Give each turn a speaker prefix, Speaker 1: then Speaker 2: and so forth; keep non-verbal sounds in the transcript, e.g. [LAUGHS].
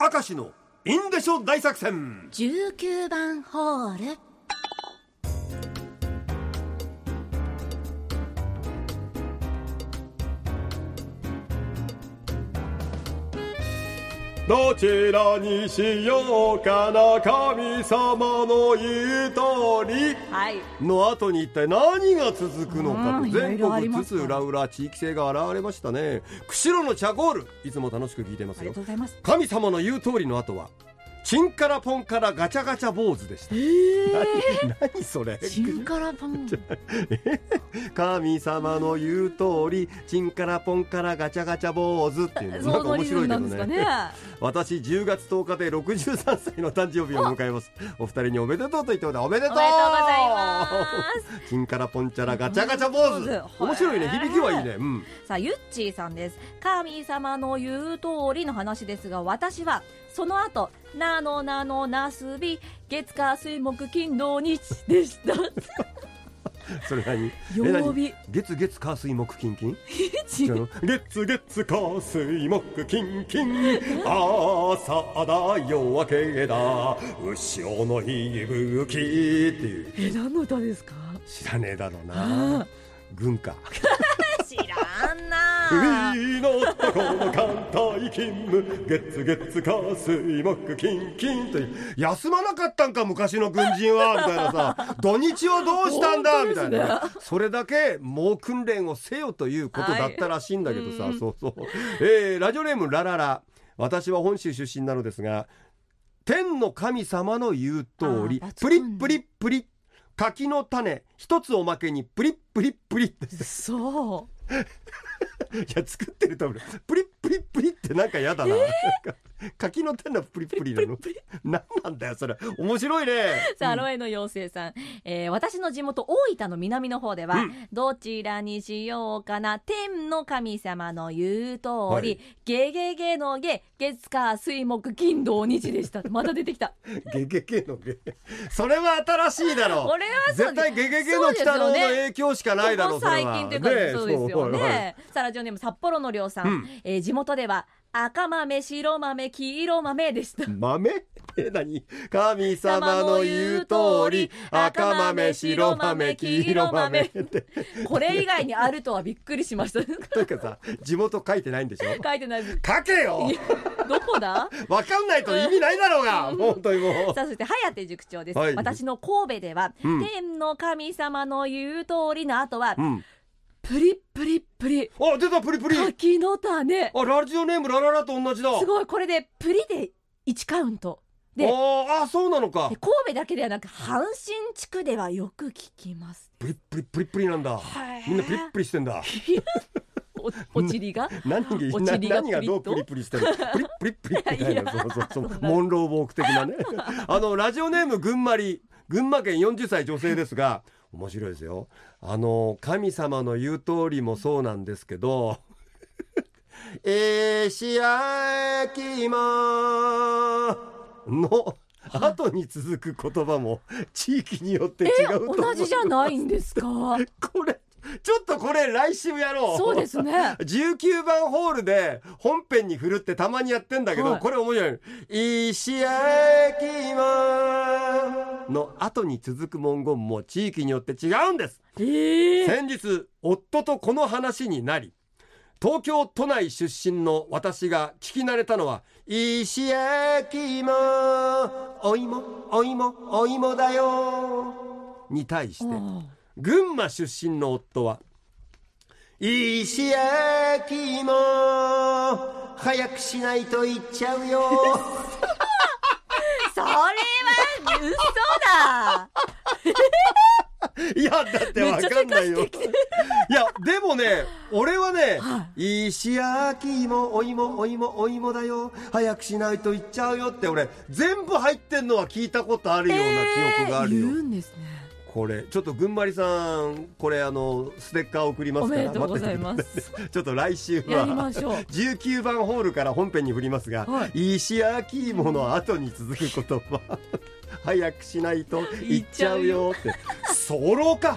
Speaker 1: 明石のインデショ大作戦
Speaker 2: 19番ホール
Speaker 1: どちらにしようかな神様の言う通り
Speaker 2: はい
Speaker 1: の後に一体何が続くのか
Speaker 2: う
Speaker 1: と
Speaker 2: ん
Speaker 1: 全
Speaker 2: いろいろあり
Speaker 1: 国
Speaker 2: ま
Speaker 1: 津
Speaker 2: すね
Speaker 1: 々浦々地域性が現れましたね釧路のチャゴールいつも楽しく聞いてま
Speaker 2: あ
Speaker 1: す
Speaker 2: り
Speaker 1: よ
Speaker 2: がとうございます
Speaker 1: 神様の言う通りの後はチンカラポンカラガチャガチャ坊主でした、何何それ
Speaker 2: チンカラパン
Speaker 1: 神様の言う通りチンカラポンカラガチャガチャ坊主っていうのなん
Speaker 2: [LAUGHS] そ
Speaker 1: か
Speaker 2: の
Speaker 1: 面
Speaker 2: リズ
Speaker 1: 白
Speaker 2: ム
Speaker 1: いけ
Speaker 2: な
Speaker 1: ど
Speaker 2: んですか
Speaker 1: ね
Speaker 2: ね
Speaker 1: 私10月10日で63歳の誕生日を迎えますお二人におめでとうと言っておいておめで
Speaker 2: お
Speaker 1: とう
Speaker 2: めでとうございます
Speaker 1: チンカラポンチャラガチャガチャ坊主
Speaker 2: 坊主
Speaker 1: 面白いね
Speaker 2: へー
Speaker 1: 響きはいいねうん
Speaker 2: さあゆっちーさんです神様の言う通りの話ですが私はその後なのなのなすび月火水木金土日でした [LAUGHS]
Speaker 1: それ何え
Speaker 2: 曜日
Speaker 1: 何月月火水木金
Speaker 2: [LAUGHS]
Speaker 1: 金
Speaker 2: 違う
Speaker 1: 月月火水木金金朝だ夜明けだ潮の息吹きっていう
Speaker 2: え何の歌ですか
Speaker 1: 知らねえだろう
Speaker 2: あ
Speaker 1: な軍歌
Speaker 2: 知らん [LAUGHS] な
Speaker 1: 海の男の艦隊勤務月月火水木金金という休まなかったんか昔の軍人はみたいな
Speaker 2: [LAUGHS]
Speaker 1: さ土日はどうしたんだ、
Speaker 2: 本
Speaker 1: み
Speaker 2: 当で
Speaker 1: た
Speaker 2: す
Speaker 1: い
Speaker 2: ね
Speaker 1: なそれだけ猛訓練をせよということだったらしいんだけどさ、
Speaker 2: はいうん
Speaker 1: そうそう、えーラジオネームラララ私は本州出身なのですが天の神様の言う通り
Speaker 2: あー
Speaker 1: プ
Speaker 2: 抜群
Speaker 1: リップリップリッ柿の種一つおまけにプリップリップリッです
Speaker 2: そう
Speaker 1: いや作ってると思うプリップリップリってなんかやだな,、なんか柿の種はプリップリなの何なんだよそれ面白いね
Speaker 2: さあロエの妖精さん、えー私の地元大分の南の方では、
Speaker 1: うん
Speaker 2: どちらにしようかな天の神様の言う通り、
Speaker 1: はい
Speaker 2: ゲゲゲのゲ月火水木金土日でした
Speaker 1: [LAUGHS]
Speaker 2: また出てきた
Speaker 1: ゲゲゲのゲそれは新しいだろう
Speaker 2: 俺はそう
Speaker 1: 絶対ゲゲゲの鬼太郎の
Speaker 2: そうですよね
Speaker 1: 影響しかないだろう
Speaker 2: ここ最近というか、
Speaker 1: れは
Speaker 2: そうですよね、 [LAUGHS]
Speaker 1: そうはい
Speaker 2: さあラジオネーム札幌のりょうさん、
Speaker 1: うん
Speaker 2: えー地元では赤豆白豆黄色豆でした
Speaker 1: 豆え何神様の言う通り赤豆白豆黄色豆って
Speaker 2: これ以外にあるとはびっくりしました書
Speaker 1: というかさ地元書いてないんでしょ
Speaker 2: いてないです
Speaker 1: 書けよ
Speaker 2: いやどこだ
Speaker 1: わかんないと意味ないだろうが本当にもう
Speaker 2: さあそして早手塾長です、
Speaker 1: はい
Speaker 2: 私の神戸では、
Speaker 1: うん
Speaker 2: 天の神様の言う通りの後は、
Speaker 1: うん
Speaker 2: プリップリップリ
Speaker 1: あ出たプリプリ
Speaker 2: 柿の種
Speaker 1: あラジオネームラララと同じだ
Speaker 2: すごいこれでプリで1カウントで
Speaker 1: あーあそうなのか
Speaker 2: で神戸だけではなく阪神地区ではよく聞きます
Speaker 1: プリプリプリプリなんだ
Speaker 2: へー
Speaker 1: みんなプリプリしてんだ
Speaker 2: おおちりが
Speaker 1: 何が
Speaker 2: お尻が
Speaker 1: 何がどう
Speaker 2: プ
Speaker 1: プ
Speaker 2: リ
Speaker 1: リプリしてるプリプリプリみたい
Speaker 2: いや
Speaker 1: なそうそうそうモンローウォーク的な
Speaker 2: [LAUGHS]
Speaker 1: ねあのラジオネーム群馬り群馬県40歳女性ですが面白いですよあの神様の言う通りもそうなんですけど [LAUGHS] えーしあきまの後に続く言葉も地域によって違うと思う
Speaker 2: 同じじゃないんですか
Speaker 1: これちょっとこれ来週やろう
Speaker 2: そうですね
Speaker 1: 19番ホールで本編に振るってたまにやってんだけど、
Speaker 2: はい
Speaker 1: これ面白い。石焼きまんの後に続く文言も地域によって違うんです。
Speaker 2: ええ
Speaker 1: 先日、夫とこの話になり、東京都内出身の私が聞き慣れたのは、石焼きまん、お芋、お芋、お芋だよ。に対して、群馬出身の夫は石焼き芋早くしないと言っちゃうよ
Speaker 2: それは嘘だ
Speaker 1: [LAUGHS] いやだってわかんないよいやでもね俺はね、
Speaker 2: は
Speaker 1: 石焼き芋お芋お芋お芋だよ早くしないと言っちゃうよって俺全部入ってんのは聞いたことあるような記憶があるよ、
Speaker 2: 言うんですね
Speaker 1: これちょっと群馬りさんこれあのステッカー送りま
Speaker 2: お
Speaker 1: すか
Speaker 2: め
Speaker 1: ら
Speaker 2: でとうございま
Speaker 1: 待って
Speaker 2: す
Speaker 1: てくださいちょっと来週は
Speaker 2: やりましょう
Speaker 1: 19番ホールから本編に振りますが、
Speaker 2: は
Speaker 1: 石焼き芋の後に続く [LAUGHS] 言葉早くしないと言っちゃうよってソロか